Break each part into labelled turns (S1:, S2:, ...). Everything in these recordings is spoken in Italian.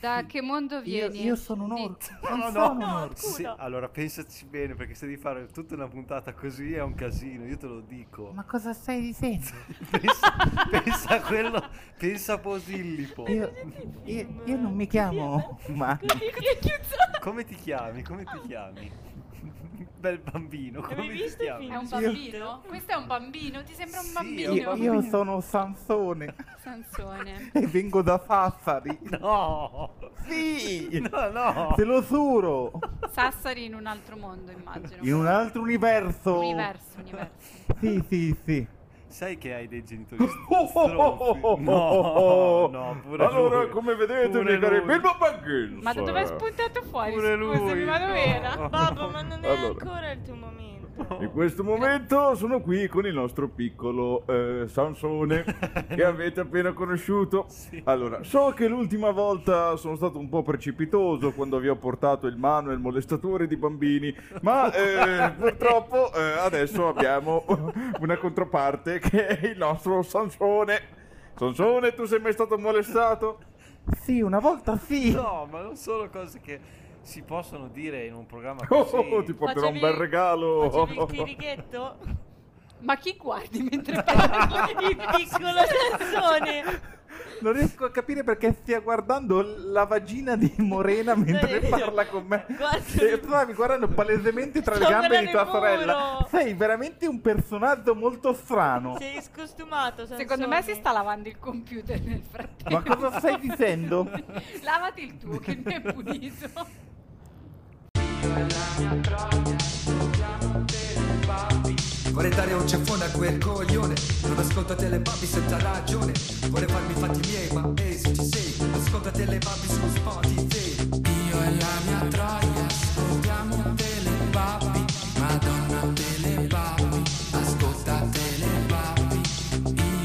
S1: Da che mondo
S2: Io,
S1: vieni?
S2: io sono un
S1: Di-
S2: orco.
S3: No, no,
S2: non
S3: no.
S2: sono un orco.
S3: Sì,
S4: Scusa.
S3: allora pensaci bene perché se devi fare tutta una puntata così è un casino, io te lo dico.
S2: Ma cosa stai dicendo?
S3: Pensa, pensa a quello, pensa a Posillipo.
S2: Io, io- io non mi chiamo Manno.
S3: Come ti chiami? Come ti chiami? Bel bambino, come
S4: Avevi
S3: ti
S4: visto il
S3: chiami?
S4: film?
S1: È un
S4: Sì.
S1: bambino? Questo è un bambino? Ti sembra un
S3: Sì,
S2: Io,
S1: bambino?
S3: è un bambino.
S2: io sono Sansone
S1: Sansone.
S2: e vengo da Sassari.
S3: No!
S2: Sì!
S3: No, no!
S2: Te lo giuro!
S1: Sassari in un altro mondo, immagino.
S2: In un altro universo!
S1: Universo, universo.
S2: Sì, sì, sì.
S3: Sai che hai dei
S5: Oh,
S3: genitori stronzi? No, no, pure
S5: allora,
S3: lui.
S5: come vedete,
S3: Pure
S5: mi caro
S3: lui.
S5: Bilbo Baggins.
S1: Ma da dove è spuntato fuori?
S3: Pure lui,
S1: Scusami, ma dove
S3: no.
S1: era?
S4: Babbo, ma non è
S5: Allora.
S4: ancora il tuo momento.
S5: In questo momento sono qui con il nostro piccolo eh, Sansone che avete appena conosciuto.
S3: Sì.
S5: Allora, so che l'ultima volta sono stato un po' precipitoso quando vi ho portato il mano e il molestatore di bambini, ma eh, purtroppo eh, adesso abbiamo una controparte che è il nostro Sansone. Sansone, tu sei mai stato molestato?
S2: Sì, una volta sì!
S3: No, ma non sono cose che si possono dire in un programma
S5: Oh,
S3: così.
S5: oh, ti porterò un
S4: Facevi-
S5: bel regalo.
S4: Facevi il chirichetto?
S1: Ma chi guardi mentre parli?
S4: Il piccolo Sansone!
S2: Non riesco a capire perché stia guardando la vagina di Morena mentre
S4: Sì.
S2: parla con me.
S4: Guarda-
S2: E tu stavi guardando palesemente tra le
S4: Sto
S2: gambe di tua
S4: guardando il muro.
S2: sorella. Sei veramente un personaggio molto strano.
S4: Sei scostumato, Sansone.
S1: Secondo me si sta lavando il computer nel frattempo.
S2: Ma cosa stai dicendo?
S1: Lavati il tuo che ne è pulito.
S6: Vorrei dare un ceffone a quel coglione Non ascolta delle babi senza ragione Vuole farmi i fatti miei ma ehi se ci sei Ascolta delle babi su Spotify Io e la mia troia ascoltiamo delle babi Madonna delle babi Ascolta delle babi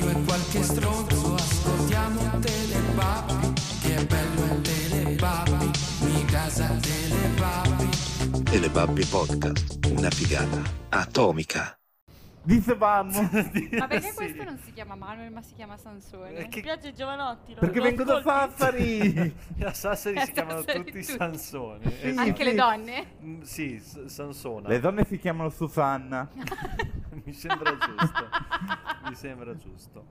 S6: Io e qualche stronzo ascoltiamo delle babi Che bello è delle babi Mi casa delle babi
S7: Telebabbi Podcast, una figata atomica.
S2: Dicevamo.
S1: Ma perché questo non si chiama Manuel, ma si chiama Sansone?
S3: Eh,
S4: Mi
S3: che
S4: piace Giovanotti. lo-
S2: Perché
S4: lo
S2: vengo da
S4: ascolti?
S2: Sassari.
S3: a Sassari si
S1: A
S3: chiamano
S1: Sassari
S3: tutti
S1: tutti.
S3: Sansone.
S2: Sì.
S3: esatto.
S1: Anche le donne?
S3: Mm, Sì, S- Sansona.
S2: Le donne si chiamano Susanna.
S3: Mi sembra giusto. Mi sembra giusto.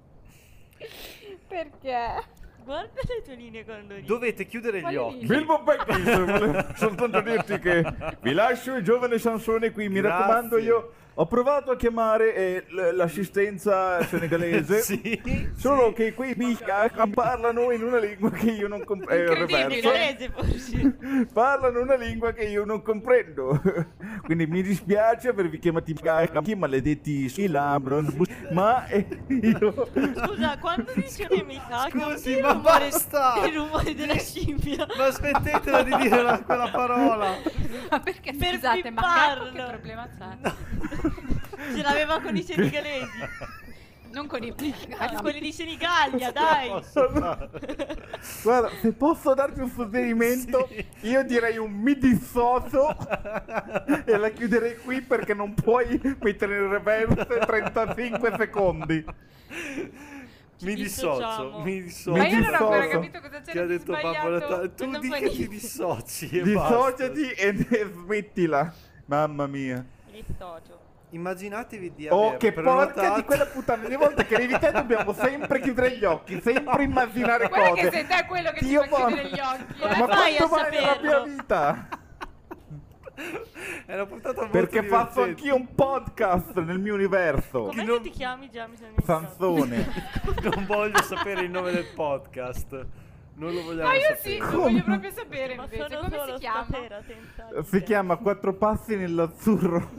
S1: Perché?
S4: Guarda le tue linee quando ridi.
S3: Dovete chiudere gli
S1: Voglio
S3: occhi.
S1: dire-
S5: Bilbo Baggins, volevo soltanto dirti che vi lascio il giovane Sansone qui, mi
S3: Grazie.
S5: raccomando io ho provato a chiamare eh, l- l'assistenza senegalese,
S3: Sì.
S5: solo che quei mica parlano in una lingua che io non eh, comprendo,
S1: Incredibile.
S4: Cinese, forse.
S5: parlano una lingua che io non comprendo, quindi mi dispiace avervi chiamati mica, chi maledetti silabron, ma eh, io...
S4: Scusa, quando dici che mi cacca,
S3: scusi,
S4: il
S3: ma
S4: rumore-
S3: basta!
S4: Il rumore della scimmia.
S3: Ma smettetela di dire la- quella parola.
S1: Ma perché
S4: Per
S1: scusate, ma Gacco che
S4: pipparlo.
S1: problema c'è?
S4: Ce l'aveva con i senegalesi.
S1: Non con i
S4: Ah,
S1: no,
S4: Quelli di Senigallia, dai.
S3: Posso fare?
S2: Guarda, se posso darti un suggerimento, io direi un mi dissocio e la chiuderei qui perché non puoi mettere in reverse 35 secondi.
S3: Mi dissocio,
S4: dissociamo.
S3: mi dissocio.
S1: Ma io non ho ancora
S2: dissocio.
S1: capito cosa c'era
S3: Ti ha
S1: di
S3: detto Babbo
S1: sbagliato.
S3: Natale, tu
S1: Non
S3: di
S1: fa
S3: che ti
S1: niente.
S3: dissociati e basta.
S2: Dissociati e, e smettila. Mamma mia.
S4: L'istogio.
S3: Immaginatevi di aver
S2: Oh, che porca di
S3: prenotato-
S2: quella puttana. Ogni volta che arrivi te dobbiamo sempre chiudere gli occhi, sempre immaginare
S1: Guarda
S2: cose.
S1: che sei te quello che
S2: Dio
S1: ti fa chiudere
S2: buono.
S1: gli occhi.
S4: Come
S1: eh.
S2: Ma
S4: fai a
S2: quanto vale la mia
S4: saperlo?
S2: vita?
S3: È una puntata molto
S2: Perché faccio
S3: divertente.
S2: anch'io un podcast nel mio universo.
S4: Com'è
S3: non-
S4: che ti chiami già? Mi sono
S2: Sansone.
S3: Non voglio sapere il nome del podcast. Non lo vogliamo
S1: Ma io
S3: sapere.
S1: sì,
S2: Come?
S1: lo voglio proprio sapere
S4: Ma
S1: invece.
S4: sono
S1: Come
S4: solo
S1: si chiama?
S4: stasera senza
S2: Eh, Si
S4: te.
S2: chiama Quattro passi nell'azzurro.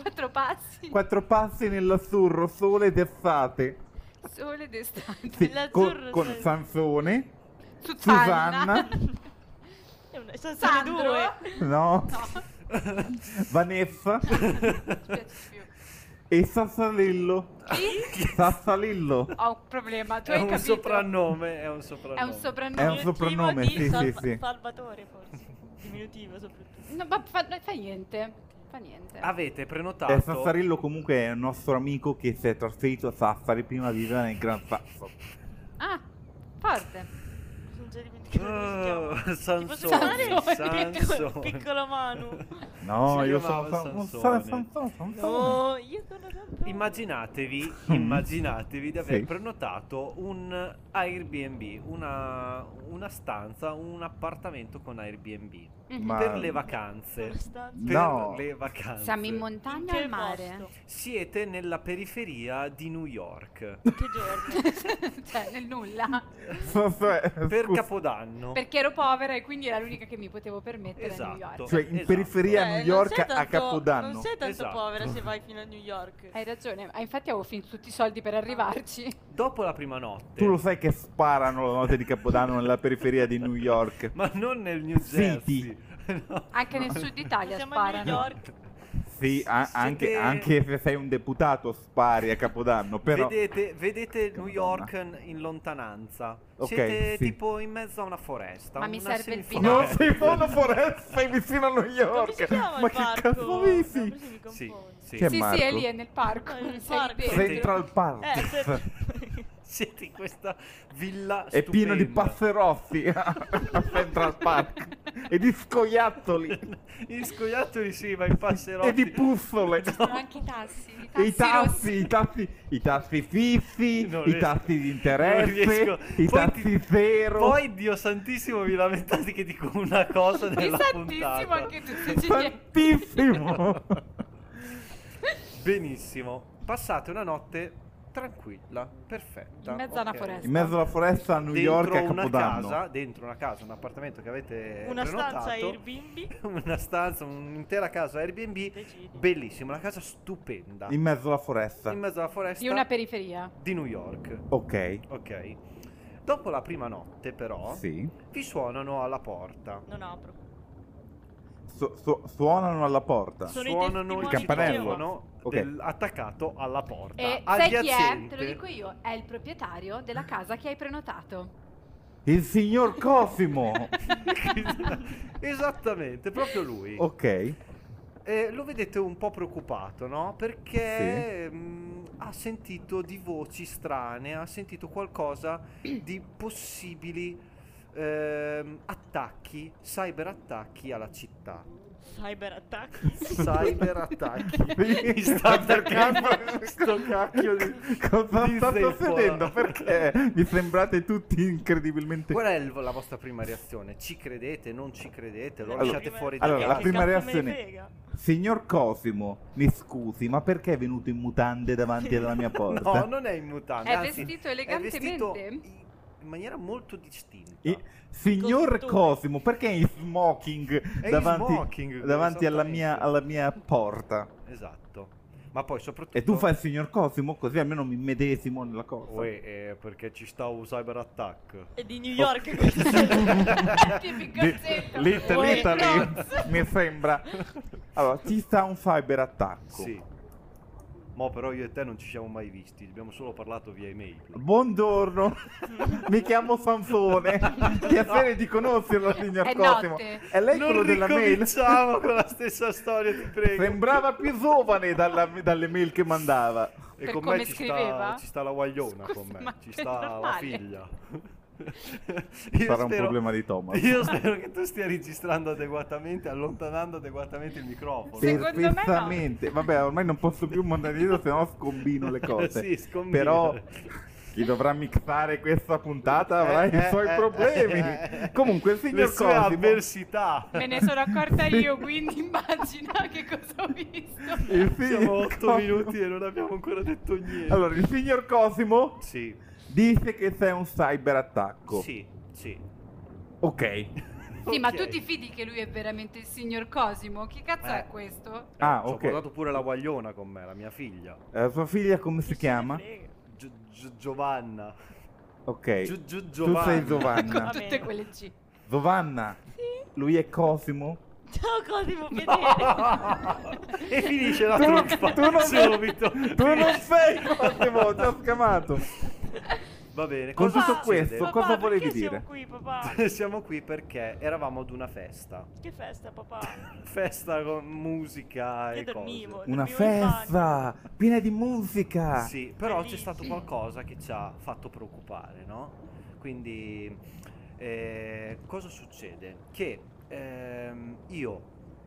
S1: Quattro passi,
S2: Quattro passi nell'azzurro, sole d'estate.
S1: sole d'estate.
S2: Sì,
S4: Nell'azzurro
S2: con, con
S4: sole.
S2: Sansone,
S1: Susanna.
S2: Susanna,
S4: È una- Sono state
S1: Sandro.
S4: due.
S2: no, Vanessa
S1: Spiace più.
S2: e Sassalillo. Sassalillo.
S1: Ho un problema, tu
S3: È
S1: hai
S3: un
S1: capito?
S3: soprannome, è un
S1: È
S3: soprannome.
S1: un soprannome.
S2: È un soprannome,
S4: Diminutivo
S2: sì,
S4: di
S2: sì,
S4: Salva-
S2: sì.
S4: Salvatore, forse. Diminutivo, soprattutto.
S1: No, ma fa, no, fa niente. Fa niente.
S3: Avete
S2: Eh,
S3: prenotato
S2: Sassarillo comunque è un nostro amico che si è trasferito a Sassari prima viveva nel Gran Sasso.
S1: Ah, forte.
S4: Sono già dimenticato come si
S3: Oh,
S2: Ah,
S4: chiama. Ti posso chiamare
S3: Sansone,
S4: Piccolo,
S3: Sansone.
S4: piccolo Manu.
S2: No,
S3: Si
S2: io sono
S3: chiamava
S2: Sansone.
S3: Sansone.
S2: Sansone, Sansone.
S4: No, io sono sempre...
S3: Immaginatevi, immaginatevi di aver
S2: Mm. Sì.
S3: prenotato un Airbnb, una, una stanza, un appartamento con Airbnb
S1: Mhm.
S2: Ma-
S3: per le vacanze. Per
S2: No.
S3: le vacanze.
S1: Siamo in
S4: In
S1: montagna o
S4: che
S1: al mare?
S4: posto?
S3: Siete nella periferia di New York
S4: Che giorno?
S1: cioè, nel nulla.
S2: Sansone,
S3: per
S2: scusa.
S3: Capodanno.
S1: Perché ero povera e quindi era l'unica che mi potevo permettere a New
S3: Esatto.
S1: York.
S2: Cioè, in
S3: Esatto.
S2: periferia a
S4: Cioè,
S2: New
S4: non
S2: York
S4: sei
S2: a
S4: tanto-
S2: Capodanno.
S4: Non sei tanto
S3: Esatto.
S4: povera se vai fino a New York.
S1: Hai ragione, ah, infatti avevo finito tutti i soldi per arrivarci.
S3: Dopo la prima notte.
S2: Tu lo sai che sparano la notte di Capodanno nella periferia di New York.
S3: Ma non nel New Jersey.
S2: City.
S3: No.
S1: Anche nel sud Italia
S4: Siamo a New
S1: sparano.
S4: York.
S2: Sì, a- anche,
S3: Siete-
S2: anche se sei un deputato spari a Capodanno, però...
S3: Vedete, vedete New
S2: Madonna.
S3: York in- in lontananza.
S2: Ok,
S3: Siete
S2: sì.
S3: tipo in mezzo a una foresta.
S1: Ma
S3: una
S1: mi serve il
S3: semiforesta.
S2: Non
S1: No.
S2: sei buono foresta, sei vicino a New
S4: Come si
S2: York.
S4: chiama
S2: Ma
S4: il
S2: che
S4: parco?
S2: cazzo
S4: No,
S2: dici?
S4: forse mi
S3: Sì,
S4: confondo.
S3: sì.
S2: Chi è
S1: Sì, sì,
S2: Marco?
S1: è lì, è nel parco.
S4: No, è nel
S1: Sei
S4: parco.
S1: dentro.
S3: Sei-
S2: Central Park.
S4: Eh, se-
S3: Siete in questa villa
S2: È pieno di
S3: stupenda.
S2: passerotti a Central Park e di scoiattoli
S3: Gli scoiattoli sì, ma i passerotti.
S2: e di puzzole.
S1: Sono anche i tassi. I
S2: E
S1: tassi,
S2: I tassi,
S1: rossi.
S2: i tassi, i tassi fissi,
S3: Non
S2: i
S3: riesco-
S2: tassi di
S3: non riesco.
S2: interesse, i
S3: Poi
S2: tassi
S3: ti-
S2: zero.
S3: Poi, Dio santissimo, vi lamentate che dico una cosa
S1: Mi
S3: nella
S1: santissimo
S3: puntata.
S1: anche tu se ci vieni.
S2: tantissimo.
S3: Benissimo. Passate una notte tranquilla, perfetta.
S1: In mezzo a una
S3: ok.
S1: foresta.
S2: In mezzo alla foresta a New
S3: Dentro
S2: York a
S3: una
S2: Capodanno.
S3: casa, dentro una casa, un appartamento che
S2: Eh,
S3: avete
S4: Una
S3: prenotato.
S4: stanza Airbnb.
S3: una stanza, un'intera casa Airbnb
S4: Decidi.
S3: bellissima, una casa stupenda
S2: In mezzo alla foresta.
S3: in mezzo alla foresta
S1: Di una periferia.
S3: di New York.
S2: Ok.
S3: Ok. Dopo la prima notte, però,
S2: Sì.
S3: vi suonano alla porta.
S4: Non apro.
S2: Su- su- suonano alla porta.
S4: Sono i
S3: suonano
S4: testimoni
S3: il
S2: di campanello.
S3: campanello
S2: Ok.
S3: attaccato alla porta.
S1: E Eh, sai chi è? Te lo dico io. È il proprietario della casa che hai prenotato.
S2: Il signor Cosimo.
S3: Esattamente, proprio lui.
S2: ok.
S3: Eh, lo vedete un po' preoccupato, no? Perché mh, ha sentito di voci strane, ha sentito qualcosa di possibili ehm, attacchi, cyber attacchi alla città.
S4: Cyber attacchi.
S3: Cyber attacchi. Mi sta attaccando
S2: Perché-
S3: sto cacchio di...
S2: Cosa
S3: di
S2: sta
S3: zeppola.
S2: succedendo? Perché mi sembrate tutti incredibilmente
S3: Qual è il- la vostra prima reazione? Ci credete? Non ci credete? Lo
S4: Allora-
S3: lasciate fuori da
S2: allora, la
S3: casa?
S4: Che
S2: prima
S4: cazzo me ne
S2: reazione-
S4: frega?
S2: Signor Cosimo, mi scusi, ma perché è venuto in mutande davanti alla mia porta?
S3: No, non è in
S2: Ah,
S3: mutande.
S1: È
S3: anzi,
S1: vestito
S3: è vestito
S1: elegantemente.
S3: in in maniera molto distinta.
S2: I- signor
S4: Costumi.
S2: Cosimo, perché è in smoking
S3: È in
S2: davanti,
S3: smoking,
S2: davanti alla,
S3: esattamente.
S2: mia, alla mia porta?
S3: Esatto. Ma poi soprattutto...
S2: E tu fai il signor Cosimo, così almeno mi medesimo nella cosa.
S3: Uè, eh, perché ci sta un cyber attack.
S4: È di New York. questo.
S1: Tipico
S2: Di-
S1: accento.
S2: Little
S4: Uè,
S2: Italy,
S4: no.
S2: mi sembra. Allora, ci sta un cyber attacco.
S3: Sì. Mo però io e te non ci siamo mai visti, abbiamo solo parlato via email.
S2: Buongiorno, mi chiamo Sansone. Piacere di conoscerla, signor
S1: È
S2: Cosimo.
S1: notte.
S2: È lei quello
S3: non
S2: della mail?
S3: ricominciamo con la stessa storia, ti prego.
S2: Sembrava più giovane dalla- dalle mail che mandava.
S3: E
S1: Per
S3: con me
S1: come
S3: ci
S1: scriveva?
S3: sta, ci sta la guagliona
S1: Scusa,
S3: con me,
S1: ma
S3: ci
S1: è
S3: sta la
S1: normale?
S3: figlia. Io
S2: Sarà un
S3: spero-
S2: problema di Thomas.
S3: Io spero che tu stia registrando adeguatamente, allontanando adeguatamente il microfono.
S1: Secondo me no.
S2: Perfettamente. Vabbè, ormai non posso più mandare dietro, se no scombino le cose.
S3: Sì, scombino.
S2: Però chi dovrà mixare questa puntata avrà
S3: Eh,
S2: i suoi
S3: eh,
S2: problemi.
S3: eh, eh.
S2: Comunque, il
S3: Le
S2: signor
S3: sue
S2: Cosimo.
S3: avversità.
S1: Me ne sono accorta io, quindi immagina che cosa ho visto.
S2: il
S3: Siamo
S2: signor
S3: 8
S2: Cosimo-
S3: minuti e non abbiamo ancora detto niente.
S2: Allora, il signor Cosimo
S3: Sì,
S2: dice che c'è un cyber attacco.
S3: sì, sì. Eh,
S2: Ok. Eh,
S1: Sì, ma
S3: Ok.
S1: tu ti fidi che lui è veramente il signor Cosimo? Chi cazzo
S3: Eh.
S1: è questo?
S2: Ah,
S3: Ci Ho
S2: ok.
S3: portato pure la guagliona con me, la mia figlia.
S2: Eh, sua figlia come
S4: Chi
S2: si
S4: se
S2: chiama?
S4: ne frega?
S3: Gio- Gio- Giovanna.
S2: Ok.
S3: Gio- Gio-
S2: Tu sei
S1: Con
S2: Giovanna.
S4: Va
S1: tutte
S4: bene.
S1: quelle C.
S2: Giovanna. Lui è Cosimo.
S4: Ciao Cosimo, piacere.
S3: e finisce la
S2: Tu non-
S3: truffa
S2: tu non-
S3: subito.
S2: Tu non sei Cosimo, ti ho scamato.
S3: Va bene.
S2: Con
S3: cosa
S2: tutto
S3: succede?
S2: questo, cosa
S4: perché
S2: volevi dire?
S4: Siamo qui, papà.
S3: Siamo qui perché eravamo ad una festa.
S4: Che festa, papà.
S3: Festa con musica
S4: Io
S3: e
S4: dormivo.
S3: cose.
S2: Una
S4: Dormivo in
S2: festa piena di musica.
S3: Sì, però c'è
S4: Bellissimo.
S3: stato qualcosa che ci ha fatto preoccupare, no? Quindi eh, cosa succede? Che ehm, io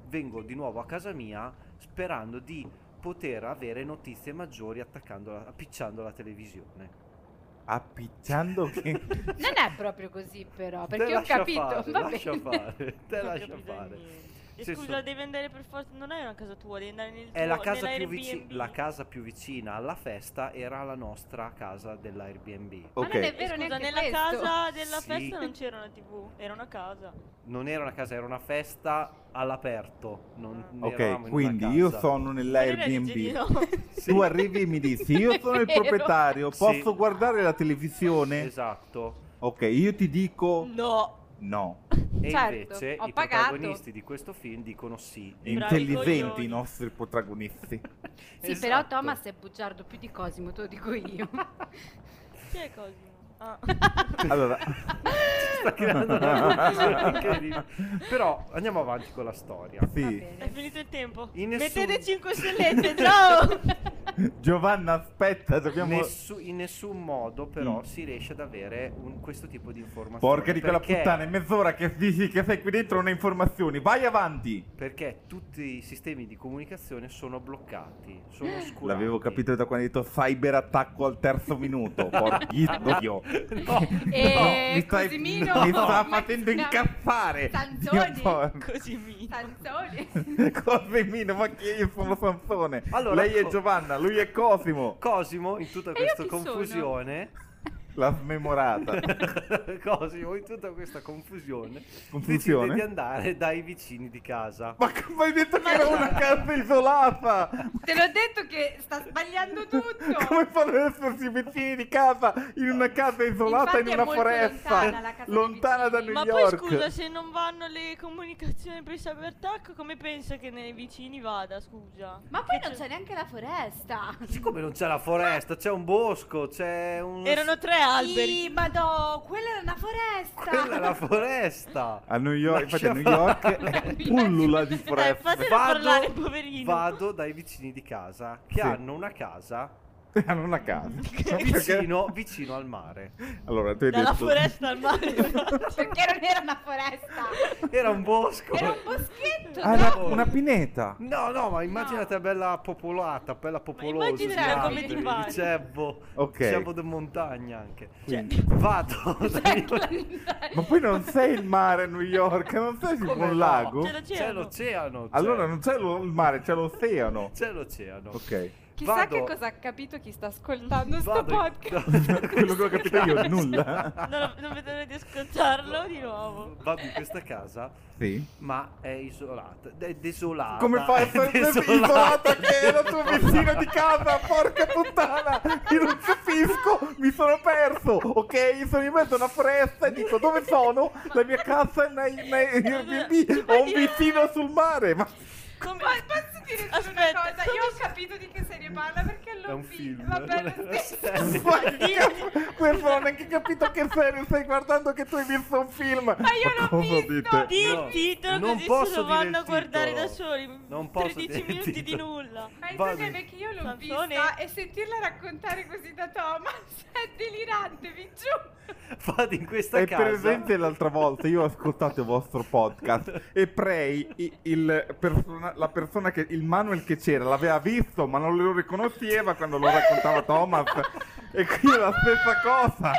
S3: vengo di nuovo a casa mia sperando di poter avere notizie maggiori attaccando la- appicciando la televisione.
S8: Appicciando che...
S1: Non è proprio così, però,
S3: Te
S1: perché ho
S3: lascia
S1: capito.
S3: fare,
S1: va
S3: lascia
S1: bene.
S3: fare, te
S4: Non ho
S3: lascia
S4: capito
S3: fare.
S4: niente. E
S3: Sì,
S4: scusa,
S3: so-
S4: devi andare per forza. Non hai una casa tua, devi andare nel tuo
S3: È la casa, più
S4: nell'Airbnb.
S3: vicina, la casa più vicina alla festa era la nostra casa dell'Airbnb.
S1: Ma non è
S2: Ok,
S4: E
S1: vero
S4: scusa,
S1: neanche
S4: nella
S1: questo.
S4: casa della
S3: Sì.
S4: festa non c'era una TV, era una casa.
S3: Non era una casa, era una festa all'aperto.
S1: Ah.
S3: Non non eravamo
S2: ok,
S3: in
S2: quindi
S3: una
S2: io
S3: casa.
S2: sono nell'Airbnb.
S4: Airbnb.
S2: Tu arrivi e mi dici, io sono il
S1: Vero.
S2: proprietario,
S3: Sì.
S2: posso guardare la televisione?
S3: Esatto.
S2: Ok, io ti dico
S4: No,
S2: no.
S3: E
S1: Certo,
S3: invece
S1: ho
S3: i
S1: pagato.
S3: protagonisti di questo film dicono sì.
S2: Intelligenti
S4: coglioni.
S2: i nostri protagonisti.
S1: Sì, però
S3: Esatto.
S1: Thomas è bugiardo più di Cosimo, te lo dico io.
S4: chi è Cosimo? Ah.
S2: Allora,
S3: Sta creando una confusione incredibile. Però andiamo avanti con la storia.
S1: Va
S2: sì,
S1: bene.
S4: È finito il tempo.
S3: In
S4: Mettete
S3: nessun-
S4: 5 stellette, ciao!
S2: Giovanna, aspetta, dobbiamo...
S3: Nessu- in nessun modo però
S2: Mm.
S3: si riesce ad avere un- questo tipo di informazioni.
S2: Porca di quella
S3: perché-
S2: puttana, è mezz'ora che dici che sei qui dentro, non hai informazioni. Vai avanti!
S3: Perché tutti i sistemi di comunicazione sono bloccati, sono oscurati.
S2: Eh, L'avevo capito da quando hai detto cyber attacco al terzo minuto. Porco dio.
S1: E
S2: mi stai-
S1: Cosimino,
S2: mi sta
S1: ma-
S2: facendo incazzare.
S1: Sanzoni.
S2: Dio, por-
S4: Così mi.
S1: Tanzone.
S2: Cosimino, ma che io sono Sanzone.
S3: Allora,
S2: Lei è
S3: co-
S2: Giovanna, lui è Cosimo.
S3: Cosimo in tutta
S1: E io
S3: questa
S1: chi sono?
S3: confusione
S2: L'ha smemorata.
S3: Cosimo in tutta questa confusione
S2: Confusione?
S3: decide di andare dai vicini di casa.
S2: Ma come hai detto che era una casa isolata?
S1: Te l'ho detto che sta sbagliando tutto.
S2: Come fanno ad essersi vicini di casa in una casa isolata
S1: Infatti
S2: in
S1: è
S2: una
S1: molto
S2: foresta
S1: lontana la casa dei
S2: da New
S1: vicini.
S4: Ma poi
S2: York?
S4: scusa, se non vanno le comunicazioni per il cyberattacco, come pensa che nei vicini vada, scusa?
S1: Ma poi
S4: Che
S1: non c'è neanche la foresta.
S3: Siccome non c'è la foresta, c'è un bosco, c'è un
S4: Erano tre alberi.
S1: Sì, ma no, quella era una foresta.
S3: quella è la foresta.
S2: A New York, infatti a
S3: Lascia
S2: New York è pullula di
S4: Dai,
S2: foresta.
S4: fatelo parlare, poverino.
S3: vado dai vicini di casa che
S2: Sì.
S3: hanno una casa
S2: Hanno una casa.
S3: vicino, vicino al mare.
S2: Allora, tu hai
S4: Dalla
S2: detto...
S4: foresta al
S3: Ecco.
S4: mare.
S1: Perché non era una foresta.
S3: Era un bosco.
S1: Era un boschetto.
S2: Ah,
S1: no?
S2: era una pineta.
S3: No, no, ma immaginate bella popolata, bella popolosa.
S4: immaginatela
S3: di
S4: come
S3: alberi,
S4: ti pare.
S3: di cebbo,
S2: Ok.
S3: cebbo di montagna anche.
S2: Quindi-
S3: Vado dai-
S2: Ma poi non sei il mare a New York, non sei tipo
S3: Come
S2: un
S3: no?
S2: lago.
S4: C'è l'oceano.
S3: C'è l'oceano. c'è-
S2: Allora non c'è lo- il mare, c'è l'oceano.
S3: c'è l'oceano.
S2: Ok.
S1: Chissà
S3: Vado-
S1: che cosa ha capito chi sta ascoltando sto
S3: Vado in-
S1: podcast.
S2: Quello che ho capito io è nulla.
S4: non, non vedo l'ora di ascoltarlo di nuovo.
S3: Vado in questa casa,
S2: Sì.
S3: ma è isolata. È desolata.
S2: Come fai a
S3: è
S2: essere isolata che è la tua vicina di casa? Porca puttana! Io non capisco, mi sono perso, ok? Sono in mezzo a una foresta e dico dove sono? La mia casa è nei- nei- in Airbnb, ho un vicino sul mare, ma
S4: Come...
S1: Ma posso dire solo
S4: Aspetta,
S1: una cosa? Io ho capito di che serie parla perché l'ho
S3: È un
S1: vi-
S3: film.
S1: Vabbè,
S3: non è
S1: lo
S3: una
S1: stesso.
S3: serie.
S2: ma che cazzo? Questo non ho neanche capito che serie stai guardando che tu hai visto un film. Ma
S1: io l'ho
S2: cosa
S1: visto.
S2: dite?
S4: Di
S3: No,
S4: il titolo
S3: non
S4: così
S3: posso
S4: se lo
S3: dire il
S4: vanno a guardare
S3: titolo.
S4: da soli.
S3: Non posso
S4: 13
S3: dire il
S4: minuti di
S3: titolo. Eh,
S4: nulla.
S1: Ma il
S3: Vado.
S1: problema è che io l'ho
S4: Canzone.
S1: vista e sentirla raccontare così da Thomas è delirante, vi giuro.
S3: Vado in questa
S2: È
S3: casa.
S2: presente l'altra volta, io ho ascoltato il vostro podcast e Prey, i- il persona- la persona che, il Manuel che c'era, l'aveva visto ma non lo riconosceva quando lo raccontava Thomas. E qui è la stessa cosa.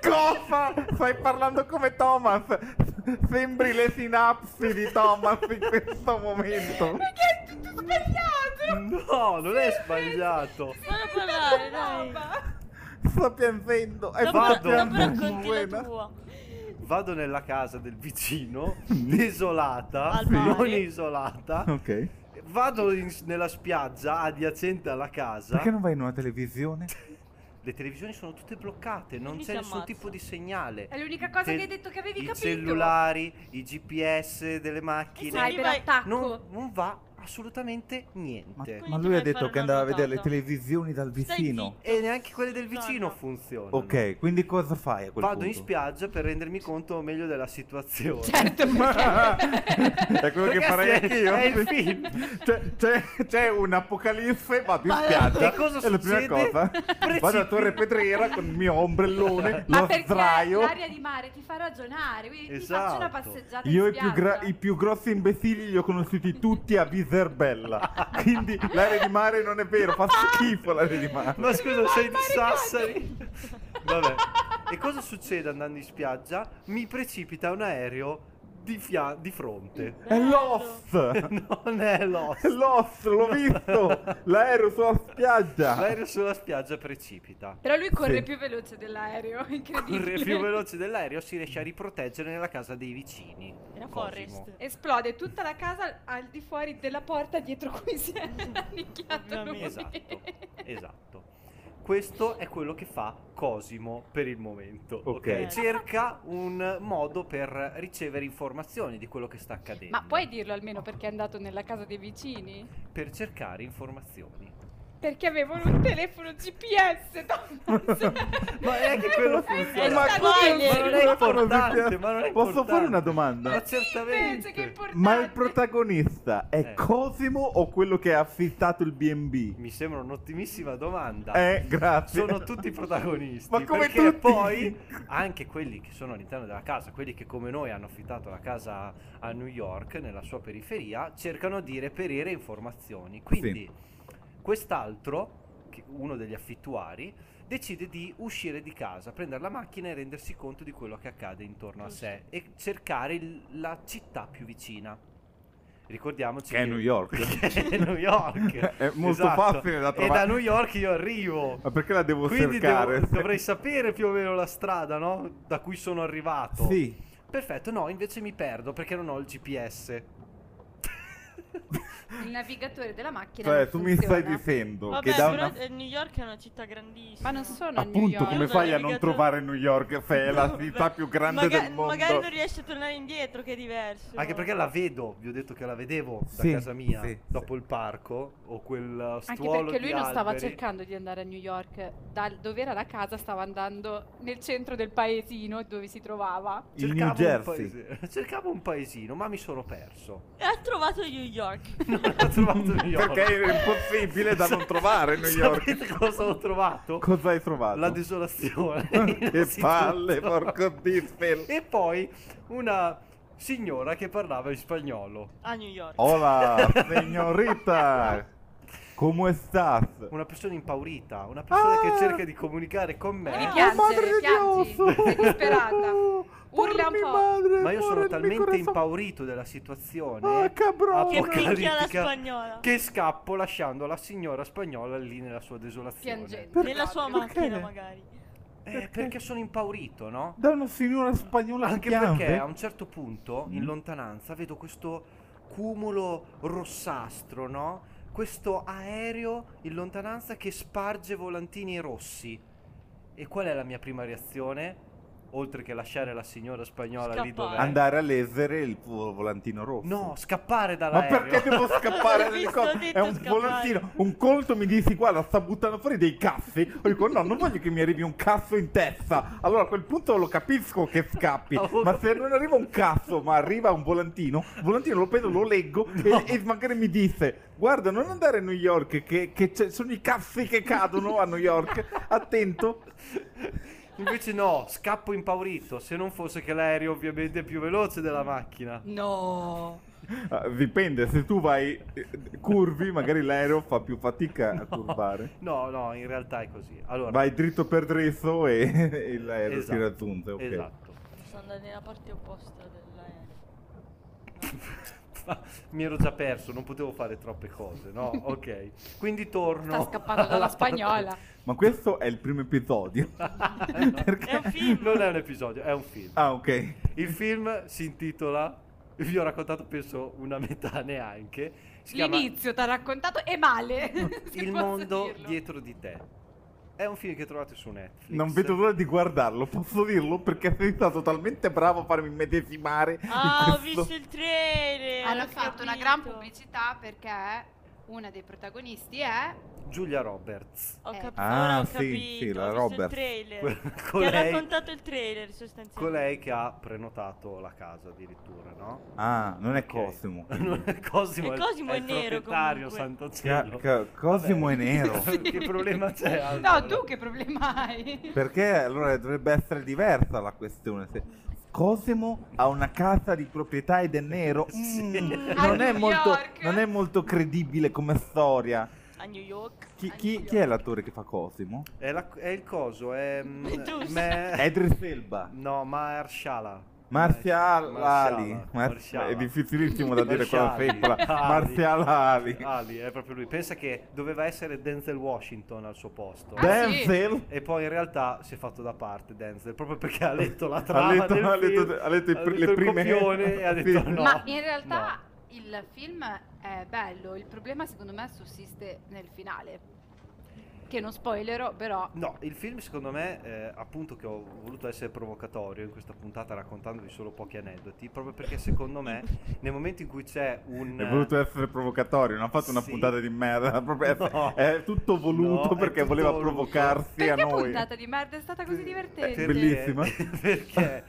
S1: esatto,
S2: Cosa? Stai parlando come Thomas? Sembri le sinapsi di Thomas in questo momento.
S1: Perché è tutto sbagliato.
S3: No, non è sbagliato.
S4: Fanno parlare, dai.
S2: Sto piangendo. Hai
S4: Dopo,
S2: fatto
S3: vado.
S4: dopo
S2: piangere,
S4: racconti la
S2: Buena.
S4: tua.
S3: Vado nella casa del vicino,
S2: Mm.
S3: desolata,
S4: Al
S3: non
S4: mare.
S3: isolata.
S2: Ok.
S3: Vado in- nella spiaggia adiacente alla casa.
S2: Perché non vai in una televisione?
S3: Le televisioni sono tutte bloccate, non
S4: Quindi
S3: c'è
S4: si
S3: nessun
S4: ammazza.
S3: tipo di segnale.
S1: È l'unica cosa
S3: Te-
S1: che hai detto che avevi
S3: i
S1: capito.
S3: cellulari, i GPS delle macchine.
S1: Esatto.
S4: Sai,
S1: Cyber attacco.
S3: Non, non va assolutamente
S9: Ma,
S3: niente.
S4: Quindi
S9: ma
S4: ti
S9: lui ha
S4: vai a
S9: detto
S4: fare
S9: che
S4: una
S9: andava a vedere le
S4: nuotata.
S9: televisioni dal
S4: Stai
S9: vicino.
S4: zitto.
S3: E neanche quelle del vicino
S4: No, no.
S3: funzionano.
S9: Ok, quindi cosa fai a quel
S3: Vado in
S9: punto?
S3: spiaggia per rendermi conto meglio della situazione.
S1: Certo,
S2: È quello che
S3: Ragazzi,
S2: farei
S3: è-
S2: anch'io.
S3: è il film.
S2: C'è, c'è- c'è un'apocalisse, vado in
S3: Ma-
S2: spiaggia.
S3: e cosa
S2: è la prima
S3: succede?
S2: cosa. Vado
S3: Precipito.
S2: a Torre Pedrera con il mio ombrellone,
S1: Ma
S2: lo
S1: perché
S2: sdraio.
S1: l'aria di mare ti fa ragionare, quindi ti faccio una
S3: Esatto.
S1: passeggiata in
S2: Io i più, gra-
S1: spiaggia.
S2: i più grossi imbecilli li ho conosciuti tutti a Viserbella. Quindi l'aria di mare non è vero, fa schifo l'aria di mare.
S3: Ma scusa, sei di
S1: fare
S3: Sassari? Vabbè. E cosa succede andando in spiaggia? Mi precipita un aereo di, fia- di fronte.
S2: È Lost!
S3: non è
S2: È
S3: l'osso.
S2: Lost, l'ho visto! L'aereo sulla spiaggia!
S3: L'aereo sulla spiaggia precipita.
S1: Però lui corre
S2: Sì.
S1: più veloce dell'aereo, incredibile.
S3: Corre più veloce dell'aereo, si riesce a riproteggere nella casa dei vicini.
S4: Era
S3: Cosimo.
S4: Forrest.
S1: Esplode tutta la casa al di fuori della porta dietro cui si è nicchiato lui.
S4: Ovviamente.
S3: Esatto, esatto. Questo è quello che fa Cosimo per il momento.
S2: Ok.
S3: ok? Cerca un modo per ricevere informazioni di quello che sta accadendo.
S1: Ma puoi dirlo almeno perché è andato nella casa dei vicini?
S3: Per cercare informazioni.
S1: Perché avevano un telefono GPS, Thomas.
S3: Ma è che quello funziona.
S4: Ma
S3: Ma non è importante, ma non è
S2: Posso fare una
S3: importante.
S2: domanda?
S3: Ma
S1: Sì, invece, che è
S3: certamente.
S1: importante.
S2: Ma il protagonista è
S3: Eh.
S2: Cosimo o quello che ha affittato il B&B?
S3: Mi sembra un'ottimissima domanda.
S2: Eh, grazie.
S3: Ah. sono tutti i protagonisti.
S2: Ma come
S3: perché
S2: tutti?
S3: poi anche quelli che sono all'interno della casa, quelli che come noi hanno affittato la casa a New York, nella sua periferia, cercano di reperire informazioni. Quindi quest'altro, che- uno degli affittuari, decide di uscire di casa, prendere la macchina e rendersi conto di quello che accade intorno a sé e cercare il- la città più vicina. Ricordiamoci
S2: Che è New York.
S3: Che è New York. Esatto.
S2: È molto facile da
S3: E da
S2: trovare.
S3: New York io arrivo.
S2: Ma perché la devo
S3: Quindi
S2: cercare?
S3: devo- dovrei sapere più o meno la strada, no? Da cui sono arrivato.
S2: Sì.
S3: Perfetto, no, invece mi perdo perché non ho il GPS.
S1: Il navigatore della macchina
S2: Cioè,
S1: non
S2: tu mi stai
S1: funziona.
S2: dicendo
S4: Vabbè,
S2: che da
S4: però
S2: una...
S4: eh, New York è una città grandissima.
S1: Ma non sono a New
S2: Appunto,
S1: York.
S2: come fai
S4: Io sono
S2: a non
S4: navigatore-
S2: trovare New York se è la città più grande
S4: Maga-
S2: del mondo?
S4: Magari non riesci a tornare indietro, che è diverso.
S3: Anche perché la vedo, vi ho detto che la vedevo da
S9: Sì,
S3: casa mia,
S9: sì,
S3: dopo il parco o quel eh,
S1: Anche
S3: stuolo
S1: perché lui
S3: di
S1: non stava
S3: alberi.
S1: cercando di andare a New York, dal dove era la casa stava andando nel centro del paesino dove si trovava.
S9: Il
S3: Cercavo
S9: New
S3: un
S9: Jersey.
S3: paese- cercavo un paesino, ma mi sono perso.
S4: E ha trovato New York.
S3: Non ho trovato New York.
S2: Perché era impossibile da non trovare New York.
S3: Sapete cosa ho trovato?
S2: Cosa hai trovato?
S3: La desolazione.
S2: che
S3: innanzitutto.
S2: palle, porco dispel.
S3: E poi una signora che parlava in spagnolo.
S4: A New York.
S2: Oh, Hola, signorita! Come estás?
S3: Una persona impaurita, una persona
S2: Ah!
S3: che cerca di comunicare con me.
S1: Mi piace,
S2: madre
S1: piangi,
S2: Dios!
S1: sei disperata. Urla un
S2: Por mi
S1: po'.
S2: madre,
S3: Ma io
S2: por
S3: sono
S2: il mio
S3: talmente
S2: corazón.
S3: impaurito della situazione
S2: Ah, cabrone!
S4: Che picchia la
S3: apocalittica,
S4: spagnola.
S3: che scappo lasciando la signora spagnola lì nella sua desolazione.
S1: Piangente.
S4: Nella sua
S2: Perché?
S4: macchina, magari.
S3: Eh, perché sono impaurito, no?
S2: Da una signora spagnola che
S3: Anche
S2: piange?
S3: perché a un certo punto,
S2: Mm.
S3: in lontananza, vedo questo cumulo rossastro, no? Questo aereo in lontananza che sparge volantini rossi. E qual è la mia prima reazione? Oltre che lasciare la signora spagnola lì dove
S4: Scappare.
S2: Andare a leggere il tuo volantino rosso.
S3: No, scappare
S2: Ma
S3: dall'aereo.
S2: perché devo scappare
S4: Ho visto, ho
S2: dall'elicottero?
S4: detto
S2: È un
S4: scappare.
S2: volantino. Un conto mi dici guarda, sta buttando fuori dei cazzi. Io dico no, non voglio che mi arrivi un cazzo in testa. Allora a quel punto lo capisco che scappi.
S3: Avevo
S2: ma se non arriva un cazzo, ma arriva un volantino, il volantino lo prendo, lo leggo e, e magari mi dice guarda, non andare a New York che, che c'è- sono i cazzi che cadono a New York. Attento.
S3: Invece no, scappo impaurito, se non fosse che l'aereo ovviamente è più veloce della macchina.
S1: No.
S2: Ah, dipende, se tu vai eh, curvi magari l'aereo fa più fatica a curvare.
S3: No, no, in realtà è così. Allora,
S2: Vai dritto per dritto e, eh, e l'aereo
S3: esatto,
S2: si raggiunge. ok.
S3: Esatto.
S4: Sto andando nella parte opposta dell'aereo.
S3: Mi ero già perso, non potevo fare troppe cose, no? Ok. Quindi torno.
S1: Sta scappando dalla
S3: alla-
S1: spagnola.
S2: Ma questo è il primo episodio.
S4: È un
S3: Eh,
S4: film.
S3: Non è un episodio, è un film.
S2: Ah, ok.
S3: Il film si intitola, vi ho raccontato penso una metà neanche, si chiama
S1: L'inizio ti ha raccontato e male. se
S3: Il
S1: posso
S3: mondo
S1: dirlo.
S3: dietro di te. È un film che trovate su Netflix.
S10: Non vedo l'ora di guardarlo, posso dirlo perché sei stato talmente bravo a farmi medesimare. in
S4: Ah, ho
S10: questo-
S4: visto il trailer.
S1: Hanno
S4: ho
S1: fatto una
S4: capito.
S1: gran pubblicità perché una dei protagonisti è
S3: Giulia Roberts.
S4: Ho
S1: Eh.
S4: capito,
S2: Ah,
S4: ora ho
S2: sì,
S4: capito.
S2: sì, la
S4: ho visto il
S2: Roberts.
S4: trailer. Ti ha
S3: Colei,
S4: raccontato il trailer sostanzialmente.
S3: colei che ha prenotato la casa addirittura, no?
S2: Ah, non è
S3: Ok.
S2: Cosimo.
S3: Non è Cosimo,
S4: E
S3: è,
S4: Cosimo
S3: è
S4: è
S3: il
S4: nero,
S3: proprietario,
S4: comunque.
S3: santo
S2: Ca-
S3: cielo.
S2: ca- Cosimo è nero.
S3: che problema
S2: Eh,
S3: c'è?
S1: No,
S3: allora?
S1: tu che problema hai?
S2: Perché allora dovrebbe essere diversa la questione. Se Cosimo ha una casa di proprietà ed è nero.
S3: Sì.
S2: Mm,
S1: A
S2: non, è
S1: New
S2: molto,
S1: York.
S2: non è molto credibile come storia.
S4: A New York.
S2: Chi, chi- chi è l'attore che fa Cosimo?
S3: È, la- è il coso, è... mm,
S4: Medusa.
S3: me-
S2: Edris Elba.
S3: No, Marshala.
S2: Martial
S3: Marshala,
S2: Ali. Mar-
S3: Marshala.
S2: è difficilissimo da dire quella
S3: Marshala.
S2: feppola.
S3: Ali. Ah,
S2: Martial Ali.
S3: Ali, è proprio lui. Pensa che doveva essere Denzel Washington al suo posto.
S1: Ah,
S2: Denzel.
S3: E poi in realtà si è fatto da parte Denzel, proprio perché ha letto la trama
S2: Ha letto,
S3: del
S2: ha
S3: film,
S2: letto- ha letto i pr- le
S3: il
S2: prime-
S3: copione e ha detto
S2: Sì.
S3: no.
S1: Ma in realtà il film è bello, il problema secondo me sussiste nel finale. Che non spoilerò, però
S3: No, il film secondo me, eh, appunto che ho voluto essere provocatorio in questa puntata raccontandovi solo pochi aneddoti, proprio perché secondo me nel momento in cui c'è un...
S5: È voluto essere provocatorio, non ha fatto una
S3: Sì.
S5: puntata di merda. proprio-
S3: No.
S5: È è tutto voluto
S3: No, è
S5: perché
S3: tutto
S5: voleva
S3: voluto.
S5: provocarsi
S1: perché
S5: a noi.
S1: puntata di merda è stata così divertente?
S3: Perché-
S5: Bellissima.
S3: perché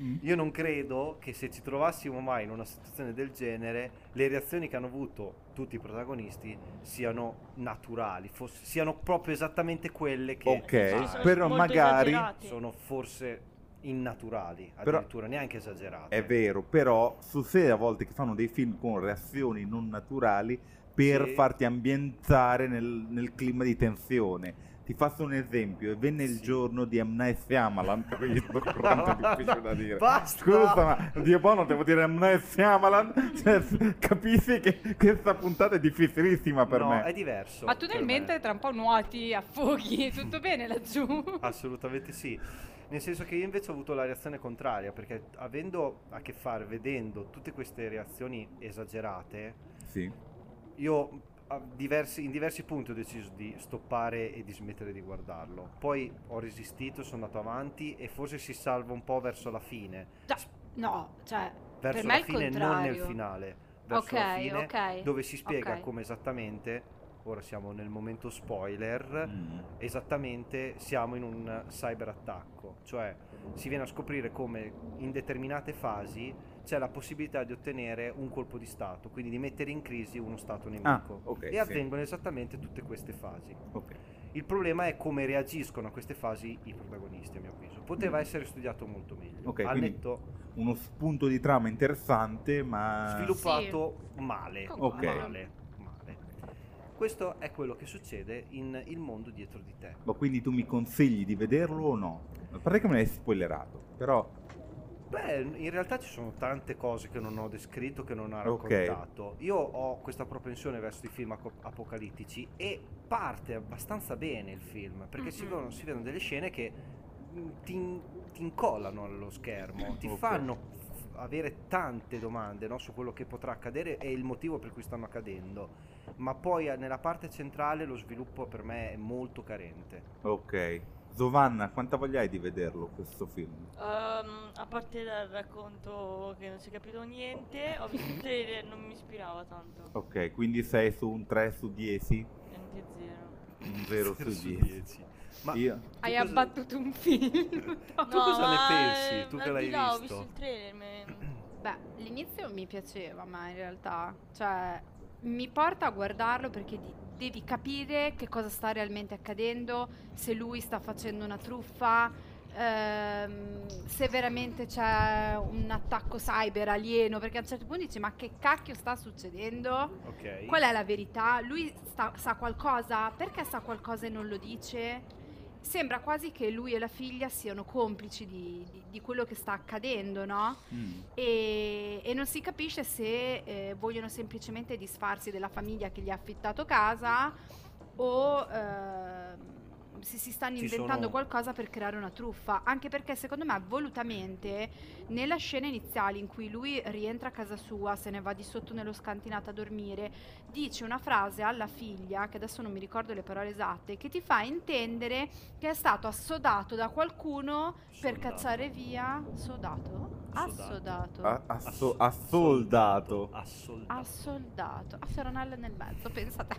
S2: Mm.
S3: io non credo che se ci trovassimo mai in una situazione del genere, le reazioni che hanno avuto tutti i protagonisti siano naturali, foss- siano proprio esattamente quelle che
S2: Ok,
S4: Sì, sono
S2: però
S4: molto
S2: magari-
S4: esagerati.
S3: sono forse innaturali,
S2: Però-
S3: addirittura neanche esagerate.
S2: È vero, però succede a volte che fanno dei film con reazioni non naturali per
S3: Sì.
S2: farti ambientare nel, nel clima di tensione. Ti faccio un esempio, e venne il
S3: Sì.
S2: giorno di M. Night Shyamalan, quindi sto correndo, è difficile da dire.
S3: Basta!
S2: Scusa, ma Dio buono, devo dire M. Night Shyamalan, cioè, capisci che questa puntata è difficilissima Ah, per
S3: No,
S2: me.
S3: è diverso.
S1: Ma tu nel
S3: per me.
S1: mentre tra un po' nuoti a fuochi, tutto bene laggiù?
S3: Ah. Assolutamente sì. Nel senso che io invece ho avuto la reazione contraria, perché avendo a che fare, vedendo tutte queste reazioni esagerate,
S2: Sì.
S3: io a diversi- in diversi punti ho deciso di stoppare e di smettere di guardarlo. Poi ho resistito, sono andato avanti e forse si salva un po' verso la fine.
S1: Già, no, cioè,
S3: Verso
S1: per me
S3: la
S1: è il
S3: fine, non nel
S1: contrario.
S3: finale. Verso la
S1: Ok,
S3: fine,
S1: ok,
S3: dove si spiega
S1: ok.
S3: come esattamente, ora siamo nel momento spoiler,
S2: Mm.
S3: esattamente siamo in un cyberattacco, cioè si viene a scoprire come in determinate fasi c'è la possibilità di ottenere un colpo di Stato, quindi di mettere in crisi uno Stato
S2: Ah,
S3: nemico.
S2: ok.
S3: e
S2: sì,
S3: avvengono esattamente tutte queste fasi.
S2: ok.
S3: Il problema è come reagiscono a queste fasi i protagonisti, a mio avviso. Poteva essere studiato molto meglio.
S2: Mm. Ok,
S3: ha
S2: quindi-
S3: letto
S2: Uno spunto di trama interessante, ma...
S3: sviluppato male,
S2: eh, Ok.
S3: male, male. Questo è quello che succede in Il mondo dietro di te.
S2: Ma quindi tu mi consigli di vederlo o no? A parte che me l'hai spoilerato, però...
S3: Beh, in realtà ci sono tante cose che non ho descritto, che non ho
S2: Ok.
S3: raccontato. Io ho questa propensione verso i film aco- apocalittici e parte abbastanza bene il film, perché si,
S1: Mhm.
S3: vedono, si vedono delle scene che mm, ti, in- ti incollano allo schermo, ti
S2: Ok.
S3: fanno f- avere tante domande no, su quello che potrà accadere e il motivo per cui stanno accadendo. Ma poi eh, nella parte centrale lo sviluppo per me è molto carente.
S2: Ok. Giovanna, quanta voglia hai di vederlo questo film?
S4: Ehm, a parte dal racconto che non si è capito niente, ho visto il trailer, non mi ispirava tanto.
S2: Ok, quindi sei su un 3 su 10,
S4: Niente zero.
S2: un 0 su 10.
S3: Ma
S2: Io
S3: tu
S1: Hai
S3: cosa-
S1: abbattuto un film.
S3: Tu cosa ne
S4: ma,
S3: pensi?
S4: eh,
S3: Tu che
S4: al
S3: l'hai
S4: di là, Ho
S3: visto?
S4: visto il trailer, me-
S1: Beh, l'inizio mi piaceva, ma in realtà, cioè, mi porta a guardarlo perché di- devi capire che cosa sta realmente accadendo, se lui sta facendo una truffa, ehm, se veramente c'è un attacco cyber alieno, perché a un certo punto dici, ma che cacchio sta succedendo?
S3: Ok.
S1: Qual è la verità? Lui sta- sa qualcosa? Perché sa qualcosa e non lo dice? Sembra quasi che lui e la figlia siano complici di, di- di quello che sta accadendo, no?
S2: Mm.
S1: e, e non si capisce se eh, vogliono semplicemente disfarsi della famiglia che gli ha affittato casa o ehm, se si stanno
S3: Ci
S1: inventando
S3: sono-
S1: qualcosa per creare una truffa, anche perché secondo me volutamente nella scena iniziale in cui lui rientra a casa sua, se ne va di sotto nello scantinato a dormire, dice una frase alla figlia, che adesso non mi ricordo le parole esatte, che ti fa intendere che è stato assodato da qualcuno per
S3: Soldato.
S1: cacciare via sodato, assodato,
S3: Ah.
S5: A- asso- assoldato.
S3: Assoldato.
S1: assoldato, a Ferronella nel mezzo, pensate.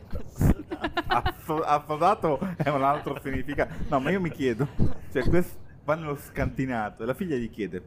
S5: Asso- Assodato è un altro significato. No, ma io mi chiedo, cioè questo va nello scantinato e la figlia gli chiede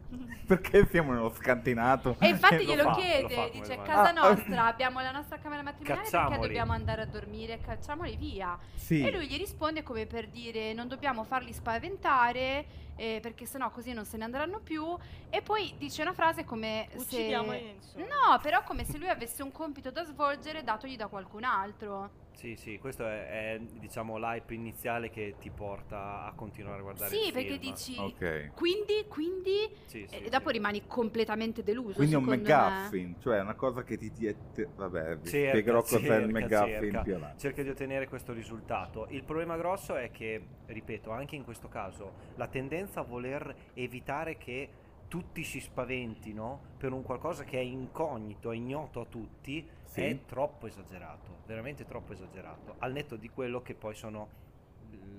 S5: perché siamo nello scantinato?
S1: E infatti
S5: lo
S1: glielo
S3: fa, lo fa
S1: chiede,
S3: come
S1: dice
S3: va.
S1: casa
S5: Ah, ah.
S1: nostra, abbiamo la nostra camera matrimoniale perché
S3: Cacciamoli."
S1: dobbiamo andare a dormire, cacciamoli via.
S5: Sì.
S1: E lui gli risponde come per dire non dobbiamo farli spaventare eh, perché sennò così non se ne andranno più e poi dice una frase come
S4: Uccidiamo
S1: se...
S4: Enzo.
S1: No, però come se lui avesse un compito da svolgere datogli da qualcun altro.
S3: Sì, sì, questo è, è, diciamo l'hype iniziale che ti porta a continuare a guardare il
S1: sì, perché
S3: film.
S1: dici...
S5: Ok.
S1: Quindi, quindi...
S3: Sì, sì,
S1: e
S3: sì.
S1: dopo rimani completamente deluso.
S5: Quindi è un
S1: secondo me.
S5: McGuffin, cioè una cosa che ti diete. Vabbè, vi
S3: Cerca,
S5: spiegherò cos'è il
S3: cerca,
S5: McGuffin
S3: cerca.
S5: più avanti.
S3: cerca di ottenere questo risultato. Il problema grosso è che, ripeto, anche in questo caso, la tendenza a voler evitare che tutti si spaventino per un qualcosa che è incognito, è ignoto a tutti,
S5: Sì.
S3: è troppo esagerato, veramente troppo esagerato, al netto di quello che poi sono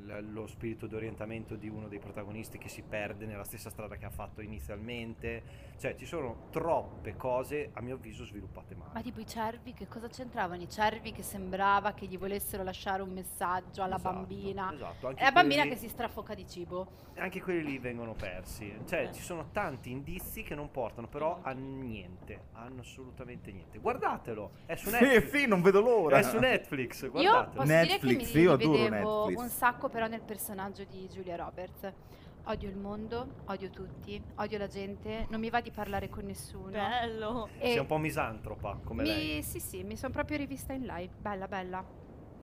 S3: l- lo spirito d'orientamento di uno dei protagonisti che si perde nella stessa strada che ha fatto inizialmente, cioè ci sono troppe cose a mio avviso sviluppate male.
S1: Ma tipo i cervi, che cosa c'entravano? I cervi che sembrava che gli volessero lasciare un messaggio alla
S3: Esatto,
S1: bambina.
S3: esatto, anche
S1: È la bambina
S3: quelli-
S1: che si strafoca di cibo.
S3: anche quelli lì vengono persi. Cioè,
S1: Eh.
S3: ci sono tanti indizi che non portano però
S1: Esatto.
S3: a niente, hanno assolutamente niente. Guardatelo, è su Netflix.
S5: Sì, sì, non vedo l'ora.
S3: È su Netflix,
S1: Io
S3: guardatelo.
S1: posso dire
S5: Netflix,
S1: che mi
S5: io adoro
S1: rivedevo
S5: Netflix.
S1: un sacco però nel personaggio di Julia Roberts. Odio il mondo, odio tutti, odio la gente, non mi va di parlare con nessuno.
S4: Bello.
S1: E
S3: Sei un po' misantropa come
S1: eh, mi-
S3: lei.
S1: Sì, sì, mi sono proprio rivista in lei. Bella, bella.